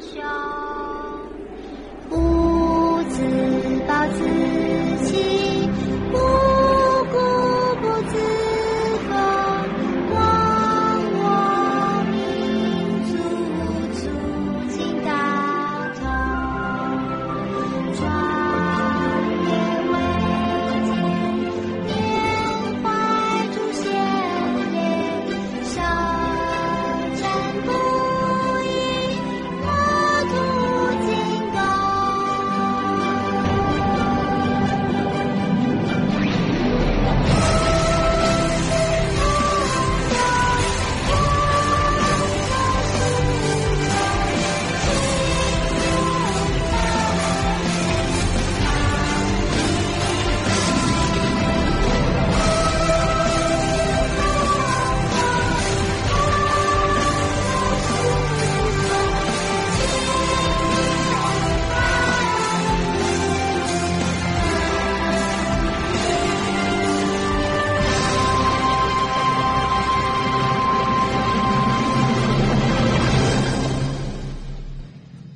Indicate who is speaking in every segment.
Speaker 1: 胸，不自暴自弃，不固不自封，忘我民族，促进大同，壮烈伟健，缅怀祖先烈，少战不已，国土建构。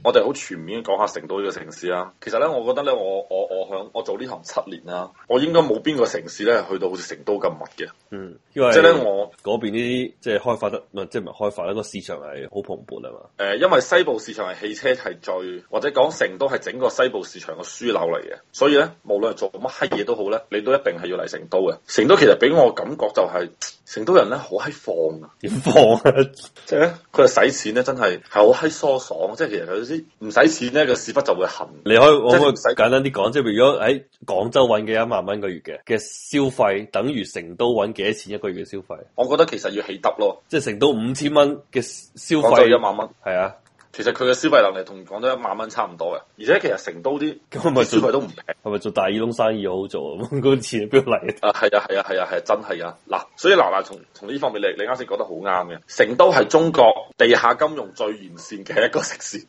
Speaker 2: 我哋好全面咁講下成都呢個城市啦。其實咧，我覺得咧，我我我響我做呢行七年啦，我應該冇邊個城市咧去到好似成都咁密嘅。
Speaker 3: 嗯，因為
Speaker 2: 即係咧，我誒、
Speaker 3: 嗰邊啲即係開發得，唔係即係唔係開發啦，個市場係好蓬勃 啊嘛。
Speaker 2: 因為西部市場係汽車係最，或者講成都係整個西部市場嘅樞紐嚟嘅，所以咧，無論係做乜閪嘢都好咧，你都一定係要嚟成都嘅。成都其實俾我感覺就係、成都人咧好閪放啊！
Speaker 3: 點放啊？
Speaker 2: 即係咧，佢係使錢咧，真係係好閪疏爽。即係其實有啲唔使錢咧，個屎忽就會痕。
Speaker 3: 你可以我
Speaker 2: 即係
Speaker 3: 可以
Speaker 2: 唔使
Speaker 3: 簡單啲講，即係如果喺廣州揾嘅一萬蚊一個月嘅嘅消費，等於成都揾幾多錢一個月嘅消費？
Speaker 2: 我覺得其實要起得咯，
Speaker 3: 即係成都五千蚊嘅消
Speaker 2: 廣州一
Speaker 3: 費，
Speaker 2: 萬蚊，
Speaker 3: 係啊，
Speaker 2: 其實佢嘅消費能力同廣州一萬蚊差唔多嘅。而且其實成都啲
Speaker 3: 咁咪
Speaker 2: 消費
Speaker 3: 做
Speaker 2: 都唔平。
Speaker 3: 係咪做大耳窿生意好好做啊？咁嗰啲錢邊度嚟啊？
Speaker 2: 啊，係啊，係啊，係啊，係啊，真係啊！嗱，所以嗱嗱，從從呢方面你你啱先講得好啱嘅，成都係中國地下金融最完善嘅一個城市，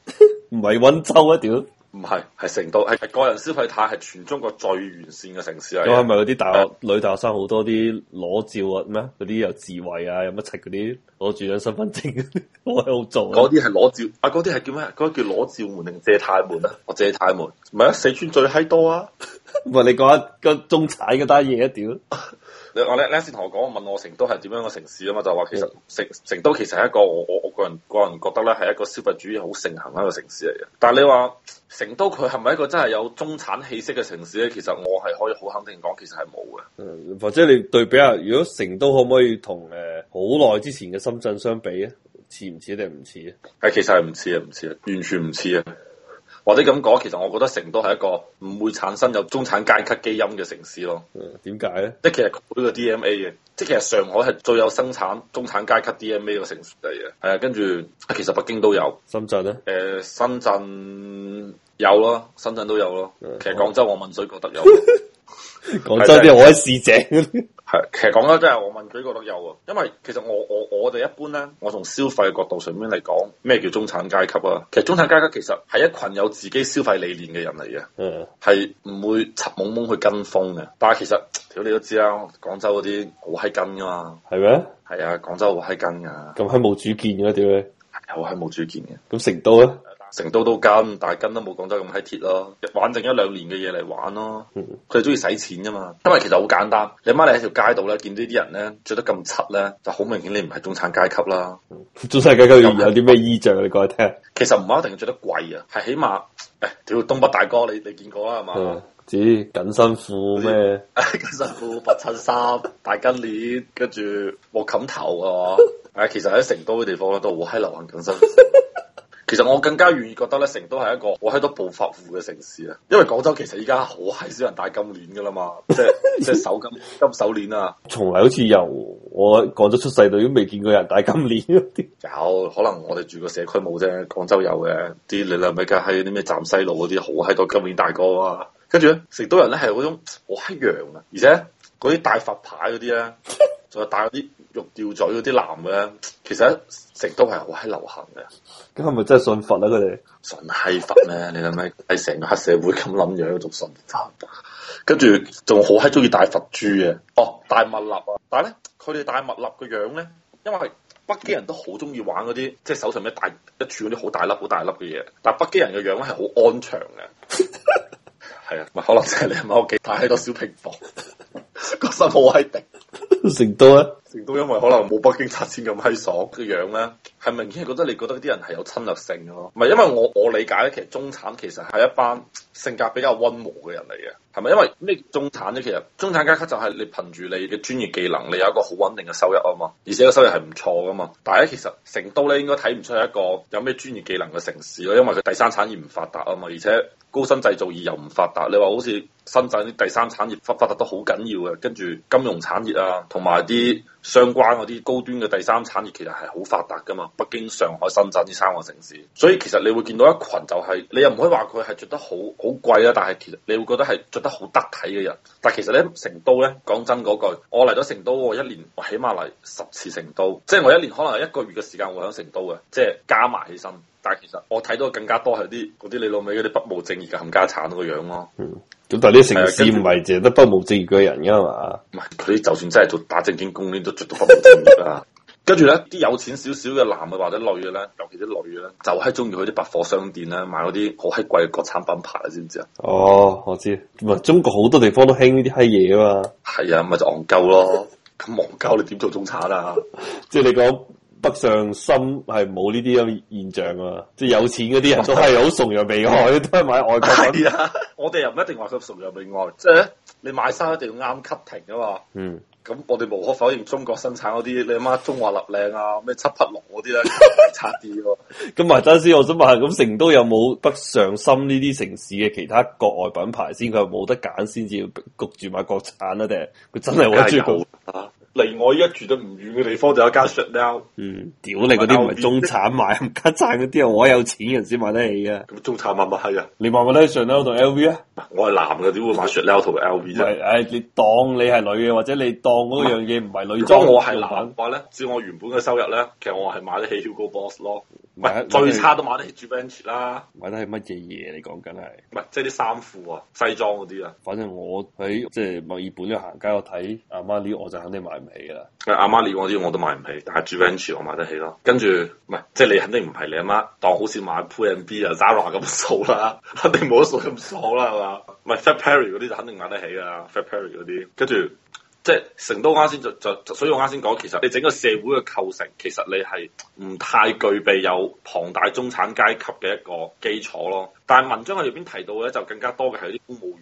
Speaker 3: 唔係温州啊？屌，咁
Speaker 2: 唔係係成都係係個人消費貸係全中國最完善嘅城市嚟
Speaker 3: 係
Speaker 2: 嘅。
Speaker 3: 咪嗰啲大學女大學生好多啲裸照啊？咩嗰啲有智慧啊？有乜柒嗰啲攞住張身份 證，我喺度做
Speaker 2: 嗰
Speaker 3: 啊！
Speaker 2: 啲係裸照啊！嗰啲係叫咩？嗰啲叫裸照門定借貸門啊？我借貸門，唔係啊！四川最閪多啊！
Speaker 3: 唔係你講下個中產嗰單嘢啊？屌！
Speaker 2: 你我咧咧先同我講，問我成都係點樣嘅城市啊嘛，就話其實成成都其實係一個我我我個人個人覺得咧係一個消費主義好盛行嘅一個城市嚟嘅。但係你話成都佢係咪一個真係有中產氣息嘅城市咧？其實我係可以好肯定講，其實係冇嘅。
Speaker 3: 誒 或者你對比下，如果成都可唔可以同誒好耐之前嘅深圳相比咧？似唔似定唔似啊？
Speaker 2: 係其實係唔似啊，唔似啊，完全唔似啊。或者咁講，其實我覺得成都係一個唔會產生有中產階級基因嘅城市咯。
Speaker 3: 嗯點解咧？
Speaker 2: 即係其實佢個 DMA 嘅，即係其實上海係最有生產中產階級 DMA 嘅城市嚟嘅。係啊，跟住其實北京都有。
Speaker 3: 深圳啊咧？
Speaker 2: 誒、呃深圳有咯，深圳都有咯。
Speaker 3: 嗯
Speaker 2: 其實廣州我問水覺得有，
Speaker 3: 廣州啲我喺市 井，
Speaker 2: 係其實廣州真係我問水覺得有啊。因為其實我我我哋一般咧，我從消費嘅角度上面嚟講，咩叫中產階級啊？其實中產階級其實係一群有自己消費理念嘅人嚟嘅，
Speaker 3: 嗯，
Speaker 2: 係唔會柒懵懵去跟風嘅。但係其實屌你都知啦，廣州嗰啲好閪跟噶嘛，
Speaker 3: 係咩？
Speaker 2: 係啊，廣州好閪跟噶，
Speaker 3: 咁閪冇主見嘅屌你！
Speaker 2: 係好閪冇主見嘅。
Speaker 3: 咁成都啊咧？
Speaker 2: 成都都跟，但係跟都冇廣州咁閪鐵咯，玩剩一兩年嘅嘢嚟玩咯。
Speaker 3: 嗯
Speaker 2: 佢哋中意使錢啫嘛，因為其實好簡單。你媽你喺條街度咧，見到啲人咧着得咁柒咧，就好明顯你唔係中產階級啦。
Speaker 3: 中世界究竟有啲咩衣着啊？你講嚟聽 下。
Speaker 2: 其實唔係一定要着得貴啊，係起碼誒，屌東北大哥你你見過啦係嘛
Speaker 3: 嗯？，至於緊身褲咩？
Speaker 2: 緊身褲、白襯衫、大巾鏈，跟住冇冚頭啊嘛。誒，其實喺成都嘅地方咧都好閪流行緊身褲。其實我更加願意覺得咧，成都係一個我喺度暴發戶嘅城市啊。因為廣州其實依家好閪少人戴金鏈噶啦嘛，即係即係手金金手鏈啊。
Speaker 3: 從嚟好似由我廣州出世到都未見過有人戴金 鏈。
Speaker 2: 有可能我哋住個社區冇啫，廣州有嘅啲你兩咪梗係啲咩站西路嗰啲好閪多金鏈大哥啊。跟住咧，成都人咧係嗰種好閪洋啊，而且嗰啲戴佛牌嗰啲咧。仲有戴嗰啲肉吊嘴嗰啲男嘅咧，其實喺成都係好閪流行嘅。
Speaker 3: 咁係咪真係信佛啦？佢哋
Speaker 2: 純閪佛咧， 你諗下係成個黑社會咁諗樣，仲純佛，跟住仲好閪中意戴佛珠嘅。哦，戴墨粒啊！但係咧，佢哋戴墨粒嘅樣咧，因為北京人都好中意玩嗰啲，即係手上咩大一柱嗰啲好大粒、好大粒嘅嘢。但係北京人嘅樣咧係好安詳嘅，係啊，咪可能就係你阿媽屋企太喺個小平房， 個心好閪定。
Speaker 3: 成都啊咧，
Speaker 2: 成都因為可能冇北京拆遷咁閪爽嘅樣咧，係明顯係覺得你覺得啲人係有侵略性嘅咯。唔係因為我我理解咧，其實中產其實係一班性格比較温和嘅人嚟嘅，係咪？因為咩叫中產咧？其實中產階級就係你憑住你嘅專業技能，你有一個好穩定嘅收入啊嘛，而且個收入係唔錯噶嘛。但係咧，其實成都咧應該睇唔出係一個有咩專業技能嘅城市咯，因為佢第三產業唔發達啊嘛，而且高新製造業又唔發達。你話好似深圳啲第三產業發發達得好緊要嘅，跟住金融產業啊，同埋啲相關嗰啲高端嘅第三產業其實係好發達噶嘛。北京、上海、深圳呢三個城市，所以其實你會見到一群就係、你又唔可以話佢係着得好好貴啊啦，但係其實你會覺得係着得好得體嘅人。但其實咧，成都咧，講真嗰句，我嚟咗成都，我一年我起碼嚟十次成都，即係我一年可能係一個月嘅時間會喺成都嘅，即係加埋起身。但係其實我睇到更加多係啲嗰啲你老味嗰啲不務正業嘅冚家產個樣咯。
Speaker 3: 咁但係呢城
Speaker 2: 啊
Speaker 3: 市唔係淨係得不務正業嘅人噶嘛？
Speaker 2: 唔係佢就算真係做打正經工，呢都做到不務正業 啦。跟住咧，啲有錢少少嘅男嘅或者女嘅咧，尤其啲女嘅咧，就係中意去啲百貨商店咧買嗰啲好閪貴嘅國產品牌，你知唔知啊？
Speaker 3: 哦，我知，唔係中國好多地方都興呢啲閪嘢啊嘛，
Speaker 2: 係啊，咪就戇鳩咯。 咁戇鳩你點做中產啊？
Speaker 3: 即係你講北上深係冇呢啲咁嘅現象啊嘛，即係有錢嗰啲人都係好崇洋 媚外，都係買外國品。
Speaker 2: 係啊，我哋又唔一定話佢崇洋媚外，即係咧你買衫一定要啱 cutting 啊嘛。
Speaker 3: 嗯，
Speaker 2: 咁我哋無可否認，中國生產嗰啲你阿媽中華立領啊，咩七匹龍嗰 啲咧差啲 喎。
Speaker 3: 咁埋真先，我想問下，咁成都有冇北上深呢啲城市嘅其他國外品牌先？佢係冇得揀先至要焗住買國產啊？定係佢真係揾
Speaker 2: 梗係
Speaker 3: 住佢
Speaker 2: 有？啦，離我依家住得唔遠嘅地方就有一間 Chanel。
Speaker 3: 嗯，屌你嗰啲唔係中產買，冚家產嗰啲啊，我有錢人先買得起啊！
Speaker 2: 咁中產買咪係啊？
Speaker 3: 你買唔買得起上 L 同 LV 啊？
Speaker 2: 我係男嘅，點會買 Chanel 同 LV
Speaker 3: 唔
Speaker 2: 啫？
Speaker 3: 係，唉，你當你係女嘅，或者你當嗰樣嘢唔係女
Speaker 2: 如果
Speaker 3: 裝，
Speaker 2: 我係男
Speaker 3: 用
Speaker 2: 嘅
Speaker 3: 品
Speaker 2: 話咧，照我原本嘅收入咧，其實我係買得起 Hugo Boss 咯。唔
Speaker 3: 買
Speaker 2: 係
Speaker 3: 得
Speaker 2: 最差都買得起 Givenchy 啦，
Speaker 3: 買得係乜嘢嘢？你講緊係，
Speaker 2: 唔係即係啲衫褲啊、西裝嗰啲啊。
Speaker 3: 反正我喺即係墨爾本呢行街，我睇阿媽呢，我就肯定買唔起噶啦。
Speaker 2: 誒阿媽呢嗰啲我都買唔起，但係 Givenchy 我買得起咯。跟住唔係即係你肯定唔係你阿媽當好似買 P&B 啊、Zara 咁數啦， 肯定冇得數咁數啦，係嘛？唔係 Fat Perry 嗰啲就肯定買得起啦，Fat Perry 嗰啲。跟住即係成都啱先就就就所以我啱先講，其實你整個社會嘅構成，其實你係唔太具備有龐大中產階級嘅一個基礎咯。但係文章喺入邊提到咧，就更加多嘅係啲公務員。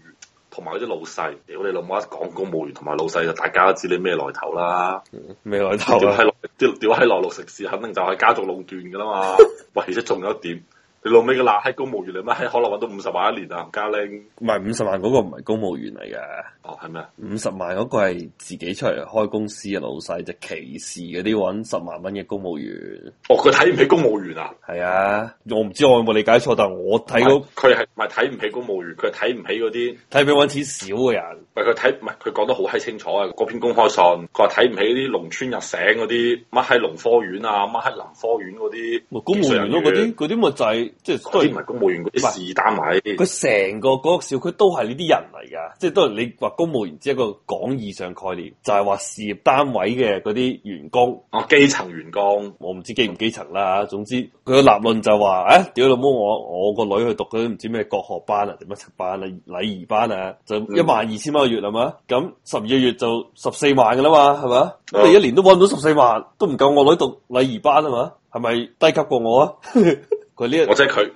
Speaker 2: 同埋嗰啲老細，屌你老母一講公務員同埋老細，就大家都知你咩來頭啦。
Speaker 3: 未來頭
Speaker 2: 屌
Speaker 3: 啊
Speaker 2: 喺！內屌屌喺內陸食肆，肯定就係家族壟斷噶啦嘛。 喂，而且仲有一點，你老尾嘅辣閪公務員你乜閪可能揾到五十萬一年啊，加拎
Speaker 3: 唔係五十萬嗰個唔係公務員嚟嘅，
Speaker 2: 哦係咩啊？
Speaker 3: 五十萬嗰個係自己出嚟開公司嘅老細，就歧視嗰啲揾十萬蚊嘅公務員。
Speaker 2: 哦，佢睇唔起公務員啊？
Speaker 3: 係啊，我唔知我有冇理解錯，但係我睇到
Speaker 2: 唔係佢係唔係睇唔起公務員？佢係睇唔起嗰啲，
Speaker 3: 睇俾揾錢少嘅人，
Speaker 2: 喂佢睇唔係佢講得好閪清楚啊！嗰篇公開信，佢話睇唔起啲農村入醒嗰啲乜閪農科院啊、乜閪林科院嗰啲
Speaker 3: 咪公務員咯，嗰啲嗰啲咪就係即係
Speaker 2: 嗰
Speaker 3: 雖
Speaker 2: 啲唔
Speaker 3: 然
Speaker 2: 係公務員嗰
Speaker 3: 唔係
Speaker 2: 啲事單位。
Speaker 3: 佢成個嗰個小區都係呢啲人嚟㗎，即係當然你話公務員只係一個廣義上概念，就係話事業單位嘅嗰啲員工。
Speaker 2: 我哦基層員工。
Speaker 3: 我唔知基唔基層啦，總之佢嘅立論就話：，誒、屌老母，我我個女去讀嗰啲唔知咩國學班啊，定乜七班啊，禮儀班啊，就一萬二千蚊個月係啊嘛？咁十二個月就十四萬噶啦嘛，係嘛？咁
Speaker 2: 嗯
Speaker 3: 你一年都揾唔到十四萬，都唔夠我女讀禮儀班啊嘛？係咪低級過我啊？ 佢呢
Speaker 2: 我即係佢，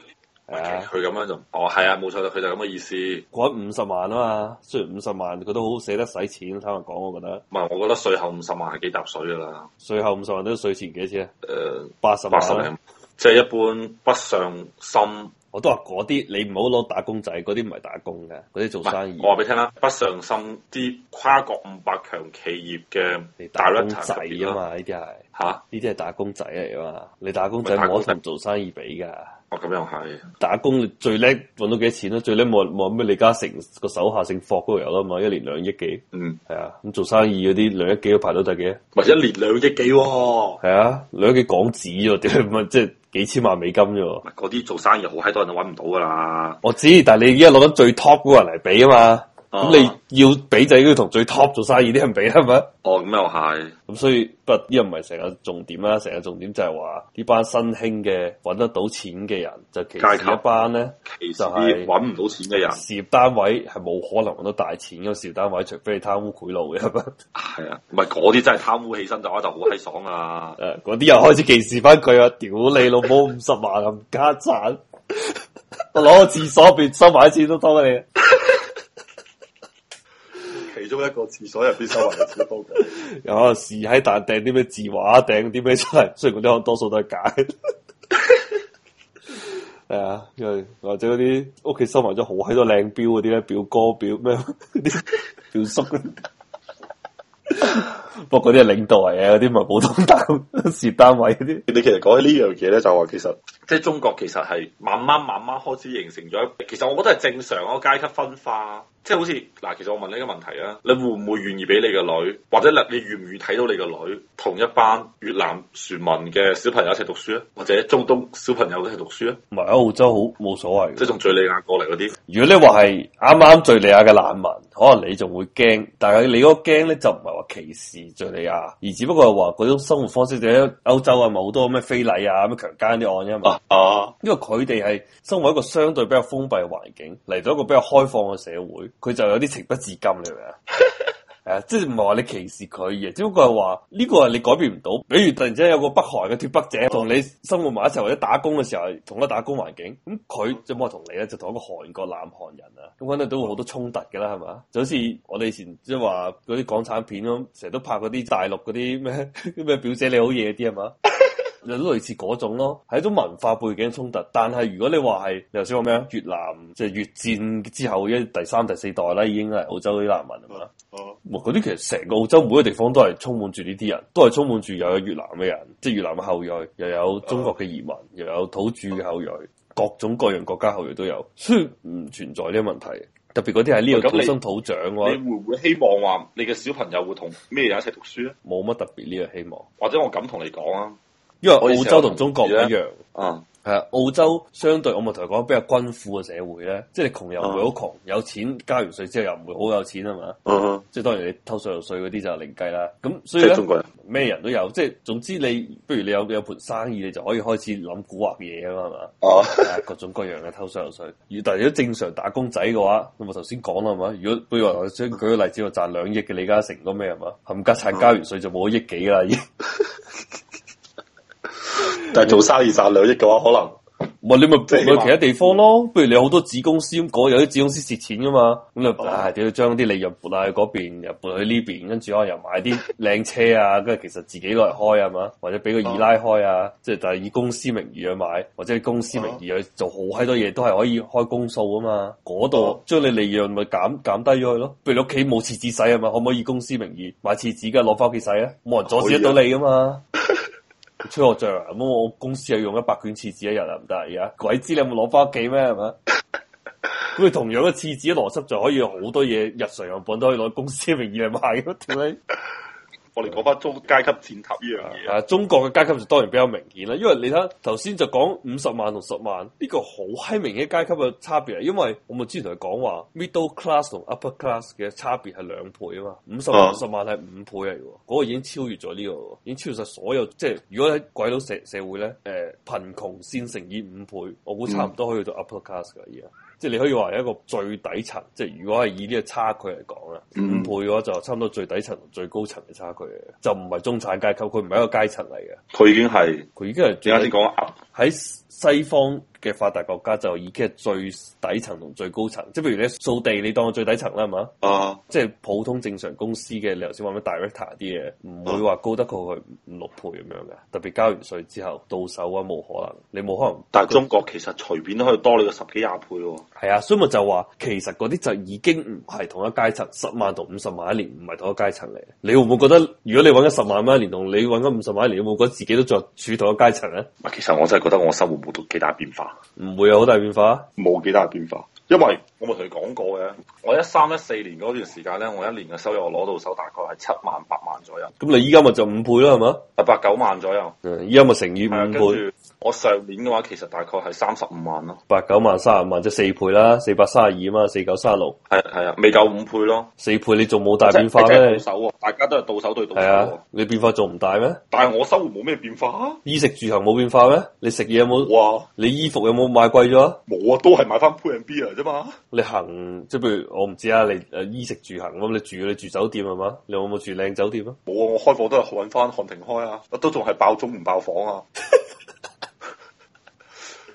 Speaker 3: 係啊
Speaker 2: 佢咁樣就，哦係啊，冇錯啦，佢就咁嘅意思。唔
Speaker 3: 嗰五十萬啊嘛，雖然五十萬佢都好捨得使錢，坦白講，我覺得
Speaker 2: 係，我覺得稅後五十萬係幾沓水噶啦，
Speaker 3: 税後五十萬都税前幾多錢啊？
Speaker 2: 誒
Speaker 3: 八十
Speaker 2: 八十
Speaker 3: 萬啊
Speaker 2: 零，即係一般北上深。
Speaker 3: 我都話嗰啲你唔好攞打工仔，嗰啲唔係打工嘅，嗰啲
Speaker 2: 唔
Speaker 3: 做生
Speaker 2: 係
Speaker 3: 意，。
Speaker 2: 我話俾你聽啦，北上深啲跨國五百強企業嘅
Speaker 3: 你打工
Speaker 2: director
Speaker 3: 仔
Speaker 2: 級別
Speaker 3: 啊
Speaker 2: 啦
Speaker 3: 嘛，呢啲係
Speaker 2: 嚇，
Speaker 3: 呢啲係打工仔嚟啊嘛，你打工仔
Speaker 2: 咪打
Speaker 3: 冇
Speaker 2: 工
Speaker 3: 得
Speaker 2: 仔
Speaker 3: 同做生意比噶，
Speaker 2: 哦咁又係，
Speaker 3: 打工你最叻搵到幾多錢啊咯，最叻冇人冇人咩李嘉誠個手下姓霍嗰個有啦嘛，一年兩億幾，
Speaker 2: 嗯，
Speaker 3: 係啊，咁做生意嗰啲兩億幾都排到第幾啊？
Speaker 2: 喂，一年兩億幾喎。
Speaker 3: 係啊，兩億幾港紙喎，屌你咪即係幾千萬美金啫喎。
Speaker 2: 嗰啲做生意好閪多人都揾唔到噶啦，
Speaker 3: 我知，但係你而家攞緊最 top 嗰個人嚟比啊嘛，
Speaker 2: 啊
Speaker 3: 咁你要俾仔都要同最 top 做生意啲人俾啦，係咪？
Speaker 2: 哦，咁又係，
Speaker 3: 咁所以不過呢個唔係成個重點啦，成個重點就係話呢班新興嘅揾得到錢嘅人，就其
Speaker 2: 階
Speaker 3: 實
Speaker 2: 級
Speaker 3: 一班咧
Speaker 2: 其
Speaker 3: 就
Speaker 2: 實
Speaker 3: 係
Speaker 2: 啲揾唔到錢嘅人，
Speaker 3: 事業單位係冇可能揾到大錢嘅事業單位，除非你貪污賄賂嘅，係咪？
Speaker 2: 係啊，唔係嗰啲真係貪污起身就就好閪爽啊！
Speaker 3: 誒，嗰啲又開始歧視翻佢啊！屌你老母五十萬冚家產， 我攞個廁所邊收埋啲錢都多你。
Speaker 2: 其中一個廁所入邊收埋嘅錢多過，
Speaker 3: 有可能是喺但掟啲咩字畫，掟啲咩出嚟，雖然嗰啲多數都係假。 係啊，因為或者嗰啲屋企收埋咗好閪多靚表嗰啲咧，表哥表咩 嗰啲表叔嗰啲不過嗰啲係領導嚟嘅，嗰啲唔係普通單 位事業單位嗰啲。
Speaker 2: 你其實講起呢樣嘢咧，就話其實即係中國其實係慢慢慢慢開始形成咗一，其實我覺得係正常嗰個階級分化，即係好似嗱，其實我問你一個問題啊，你會唔會願意俾你個女，或者你你願唔願意睇到你個女同一班越南船民嘅小朋友一齊讀書啊，或者中東小朋友一齊讀書啊，
Speaker 3: 唔係喺澳洲好冇所謂嘅
Speaker 2: 即係從敍利亞過嚟嗰啲？
Speaker 3: 如果你話係啱啱敍利亞嘅難民，可能你仲會驚，但係你嗰個驚咧就唔係話歧視敍利亞，而只不過係話嗰種生活方式，就喺歐洲啊，咪好多咩非禮啊、咩強姦啲案啫嘛。
Speaker 2: 啊！
Speaker 3: 因為佢哋係生活一個相對比較封閉嘅環境，嚟到一個比較開放嘅社會，佢就有啲情不自禁，你明唔明啊？係啊，即係唔係話你歧視佢嘅，只不過係話呢個係你改變唔到。比如突然之間有個北韓嘅脱北者同你生活埋一齊，或者打工嘅時候係同一個打工環境，咁佢就冇話同你咧，就同一個韓國南韓人啊，咁肯定都會好多衝突㗎啦，係嘛？就好似我哋以前即係話嗰啲港產片咁，成日都拍嗰啲大陸嗰啲 咩咩表姐你好嘢啲係嘛？有啲類似嗰種咯，係一種文化背景衝突。但係如果你話係你頭先講咩啊？越南即係越戰之後，一第三、第四代啦，已經係澳洲啲難民啊嘛。
Speaker 2: 嗯
Speaker 3: 哇！嗰啲其實成個澳洲每個地方都係充滿住呢啲人，都係充滿住又有越南嘅人，即係越南嘅後裔，又有中國嘅移民，
Speaker 2: 嗯
Speaker 3: 又有土著嘅後裔，各種各樣國家後裔都有，所以唔存在呢個問題。特別嗰啲喺呢度
Speaker 2: 咁
Speaker 3: 土
Speaker 2: 你
Speaker 3: 生土長嘅
Speaker 2: 你
Speaker 3: 話，
Speaker 2: 會唔會希望話你嘅小朋友會同咩人一齊讀書咧？
Speaker 3: 冇乜特別呢個希望，
Speaker 2: 或者我咁同你講啊，
Speaker 3: 因為
Speaker 2: 我以前
Speaker 3: 澳洲
Speaker 2: 有
Speaker 3: 同中國唔一
Speaker 2: 同事
Speaker 3: 樣。
Speaker 2: 啊，
Speaker 3: 係啊，澳洲相對我咪同佢講比較均富嘅社會咧，即係你窮又
Speaker 2: 啊
Speaker 3: 唔會好窮，有錢交完稅之後又唔會好有錢啊嘛。
Speaker 2: 嗯，
Speaker 3: 即係當然你偷稅漏稅嗰啲就另計啦。咁
Speaker 2: 即
Speaker 3: 所以
Speaker 2: 係
Speaker 3: 咧
Speaker 2: 中國人。
Speaker 3: 咩人都有，即係總之你不如你有有盤生意，你就可以開始諗蠱惑嘢啊 嘛，係嘛？
Speaker 2: 哦，
Speaker 3: 係啊各種各樣嘅偷稅漏稅。如但係如果正常打工仔嘅話，咁我頭先講啦，係嘛？如果譬如話，我先舉個例子，我賺兩億嘅李嘉誠咁咩係嘛？冚家
Speaker 2: 啊
Speaker 3: 產交完稅就冇一億幾啦，已經。
Speaker 2: 但係做生意賺兩億嘅話，可能
Speaker 3: 唔係你咪
Speaker 2: 即係
Speaker 3: 去其他地方咯，不如你有好多子公司咁講，有啲子公司蝕錢噶嘛，咁你
Speaker 2: 哦
Speaker 3: 唉，屌將啲利潤撥下去嗰邊，又撥去呢邊，跟住可能又買啲靚車啊，跟住其實自己攞嚟開啊嘛，或者俾個二奶開啊，即係但係以公司名義去買，或者以公司名義去做好閪多嘢，都係可以開公數啊嘛，嗰度
Speaker 2: 哦
Speaker 3: 將你利潤咪減減低咗佢咯，譬如你屋企冇廁紙洗啊嘛，可唔可以以公司名義買廁紙嘅攞翻屋企洗啊？冇人阻止得到你噶嘛。 吹我脹啊！咁我公司又用一百卷廁紙一日啊，唔得啊！而家鬼知你有冇攞翻屋企咩？係咪？咁你同樣嘅廁紙嘅邏輯就可以有好多嘢，日常用品都可以攞公司嘅名義嚟賣咯，屌你！
Speaker 2: 我哋講翻中階級戰塔呢樣嘢，
Speaker 3: 啊，中國嘅階級就當然比較明顯啦，因為你睇頭先就講五十萬同十萬呢、個好閪明顯階級嘅差別，啊因為我咪之前同佢講話 middle class 同 upper class 嘅差別係兩倍啊嘛，五十萬
Speaker 2: 啊
Speaker 3: 同十萬係五倍嚟嘅喎，嗰、個已經超越咗呢、個喎，已經超越晒所有，即係如果喺鬼佬社社會咧，誒、貧窮線乘以五倍，我估差唔多可以去到 upper class 㗎而家。即係你可以話係一個最底層，即係如果係以呢個差距嚟講啦，
Speaker 2: 嗯
Speaker 3: 五倍嘅話就差唔多最底層同最高層嘅差距嚟嘅，就唔係中產階級，佢唔係一個階層嚟嘅，
Speaker 2: 佢已經係
Speaker 3: 佢已經係
Speaker 2: 你
Speaker 3: 最
Speaker 2: 啱先講啊噏
Speaker 3: 喺西方嘅發達國家就已經係最底層同最高層，即係譬如你掃地，你當我最底層啦，係嘛？
Speaker 2: 啊，
Speaker 3: 即係普通正常公司嘅，你頭先話咩 director 啲嘢，唔會話高得過佢五六倍咁樣嘅，特別交完稅之後到手啊，冇可能，你冇可能。
Speaker 2: 但係中國其實隨便都可以多你個十幾廿倍喎。
Speaker 3: 係啊，所以咪就話，其實嗰啲就已經唔係同一階層，十萬同五十萬一年唔係同一階層嚟。你會唔會覺得，如果你揾緊十萬蚊一年，同你揾緊五十萬一年，會唔會覺得自己都仲處同一階層咧？
Speaker 2: 唔係其實我真係覺得我生活冇到幾大變化，
Speaker 3: 唔會有好大變化啊。
Speaker 2: 冇幾大變化。因為我咪同你講過嘅，我一三一四年嗰段時間咧，我一年嘅收入我攞到手大概係七萬八萬左右，
Speaker 3: 咁你依家咪就五倍啦，係嘛？
Speaker 2: 啊八九萬左右。
Speaker 3: 嗯依家咪乘以
Speaker 2: 係啊，跟
Speaker 3: 五倍，
Speaker 2: 住我上年嘅話，其實大概係三十五萬咯。
Speaker 3: 八九萬三十萬即係四倍啦，四百三十二嘛，四九三十六，
Speaker 2: 係啊係啊，未夠五倍咯。
Speaker 3: 四倍你仲冇大
Speaker 2: 即係
Speaker 3: 變化
Speaker 2: 你
Speaker 3: 咩
Speaker 2: 真係？到手喎，大家都係到手對到手
Speaker 3: 係
Speaker 2: 喎
Speaker 3: 啊。，你變化仲唔大咩？
Speaker 2: 但係我生活冇咩變化啊。
Speaker 3: 衣食住行冇變化咩？你食嘢有冇？
Speaker 2: 哇，
Speaker 3: 你衣服有冇買貴咗啊？
Speaker 2: 冇啊，都係買翻 P and B 啊啫嘛。
Speaker 3: 你行即係譬如我唔知啊，你誒衣食住行咁，你住你住酒店係嘛？你有冇住靚酒店啊？
Speaker 2: 冇啊，我開房都係揾翻漢庭開啊，都仲係爆鐘唔爆房啊。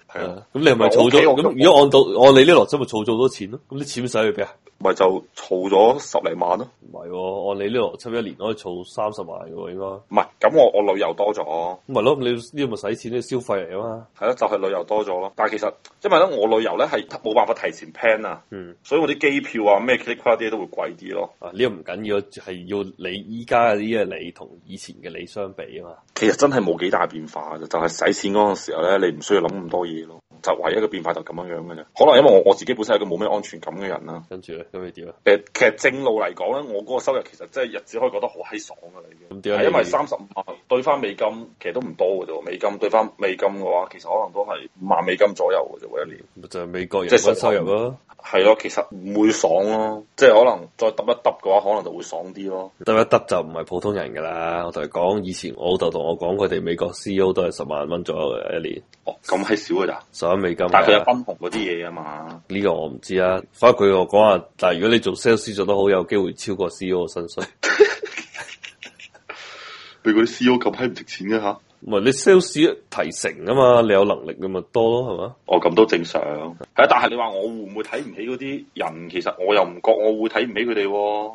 Speaker 2: 係啊，
Speaker 3: 咁你係咪儲咗？
Speaker 2: 我屋企我
Speaker 3: 咁如果按到按你呢邏輯，咪儲咗好多錢咯？咁啲錢使去邊啊？
Speaker 2: 咪就儲咗十零萬咯。
Speaker 3: 唔係喎，按你呢邏輯，一年可以儲三十萬嘅喎，應該
Speaker 2: 唔係，咁我我旅遊多咗。
Speaker 3: 咁咪咯？咁你呢個咪使錢，呢個消費嚟啊嘛。
Speaker 2: 係咯，就係、旅遊多咗咯。但係其實因為咧，我旅遊咧係冇辦法提前 plan 啊，
Speaker 3: 嗯，
Speaker 2: 所以我啲機票啊咩 click 啲嘢都會貴啲咯。
Speaker 3: 啊呢個唔緊要，係要你依家嘅呢個你同以前嘅你相比啊嘛。
Speaker 2: 其實真係冇幾大變化嘅，就係、使錢嗰陣時候咧，你唔需要諗咁多嘢咯。就唯一嘅變化就咁樣樣嘅啫。可能因為我我自己本身係一個冇咩安全感嘅人啦。
Speaker 3: 跟住咧，咁你點啊？
Speaker 2: 誒，其實正路嚟講咧，我嗰個收入其實真係日子可以覺得好閪爽㗎啦已經。
Speaker 3: 咁點解
Speaker 2: 係因為
Speaker 3: 你
Speaker 2: 三十五萬對翻美金，其實都唔多嘅啫喎。美金對翻美金嘅話，其實可能都係五萬美金左右嘅啫喎一年。
Speaker 3: 咪就係美國人
Speaker 2: 即
Speaker 3: 均
Speaker 2: 係
Speaker 3: 收入咯。
Speaker 2: 係咯，其實唔會爽咯，即係可能再揼一揼嘅話，可能就會爽啲咯。
Speaker 3: 得一得就唔係普通人噶啦。我同你講，以前我老豆同我講，佢哋美國 CEO 都係十萬蚊左右嘅一年，
Speaker 2: 哦，咁閪少嘅咋？
Speaker 3: 十萬美金㗎。
Speaker 2: 但係佢有分紅嗰啲嘢啊嘛。
Speaker 3: 呢個我唔知啊。反正佢同我講話，但係如果你做 sales 做得好，有機會超過 CEO 嘅薪水。
Speaker 2: 你嗰啲 C.O. 咁閪唔值錢嘅嚇？
Speaker 3: 唔係你 sales 提成啊嘛，你有能力你咪多咯，係嘛？
Speaker 2: 哦，咁都正常。係啊，但係你話我會唔會睇唔起嗰啲人？其實我又唔覺我會睇唔起佢哋喎。